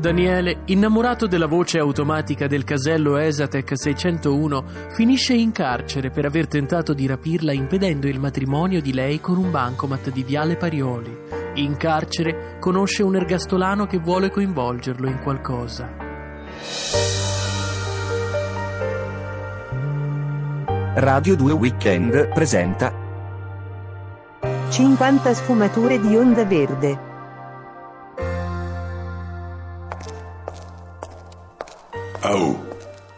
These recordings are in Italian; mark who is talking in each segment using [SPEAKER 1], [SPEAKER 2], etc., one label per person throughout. [SPEAKER 1] Daniele, innamorato della voce automatica del casello Esatec 601, finisce in carcere per aver tentato di rapirla impedendo il matrimonio di lei con un bancomat di Viale Parioli. In carcere conosce un ergastolano che vuole coinvolgerlo in qualcosa.
[SPEAKER 2] Radio 2 Weekend presenta
[SPEAKER 3] 50 sfumature di onda verde.
[SPEAKER 4] Oh,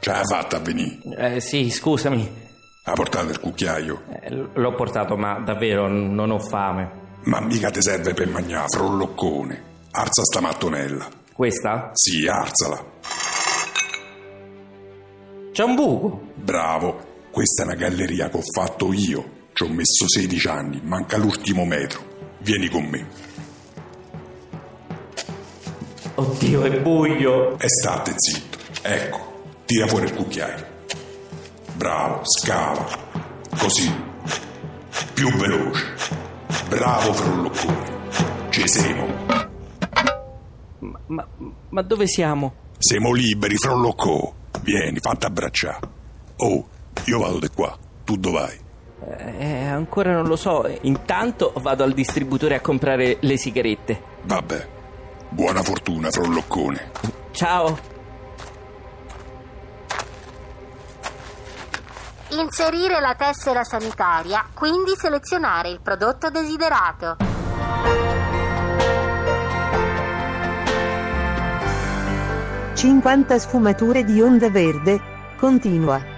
[SPEAKER 4] ce l'ha fatta a venire.
[SPEAKER 5] Eh, sì, scusami,
[SPEAKER 4] Ha portato il cucchiaio.
[SPEAKER 5] Eh, l- l'ho portato, ma davvero n- non ho fame.
[SPEAKER 4] Ma mica ti serve per mangiare, frolloccone. Alza sta mattonella.
[SPEAKER 5] Questa?
[SPEAKER 4] Sì, alzala.
[SPEAKER 5] C'è un buco.
[SPEAKER 4] Bravo. Questa è una galleria che ho fatto io. Ci ho messo 16 anni, manca l'ultimo metro. Vieni con me.
[SPEAKER 5] Oddio, è buio.
[SPEAKER 4] E state zitto. Ecco, tira fuori il cucchiaio. Bravo, scava. Così. Più veloce. Bravo, frolloccone. Ci siamo.
[SPEAKER 5] Ma, ma- ma dove siamo?
[SPEAKER 4] Siamo liberi, frollocco. Vieni, fatta abbracciare. Oh, io vado di qua. Tu dove vai?
[SPEAKER 5] Eh, ancora non lo so. Intanto vado al distributore a comprare le sigarette.
[SPEAKER 4] Vabbè. Buona fortuna, frolloccone.
[SPEAKER 5] Ciao.
[SPEAKER 6] Inserire la tessera sanitaria, quindi selezionare il prodotto desiderato.
[SPEAKER 3] Cinquanta sfumature di onda verde. Continua.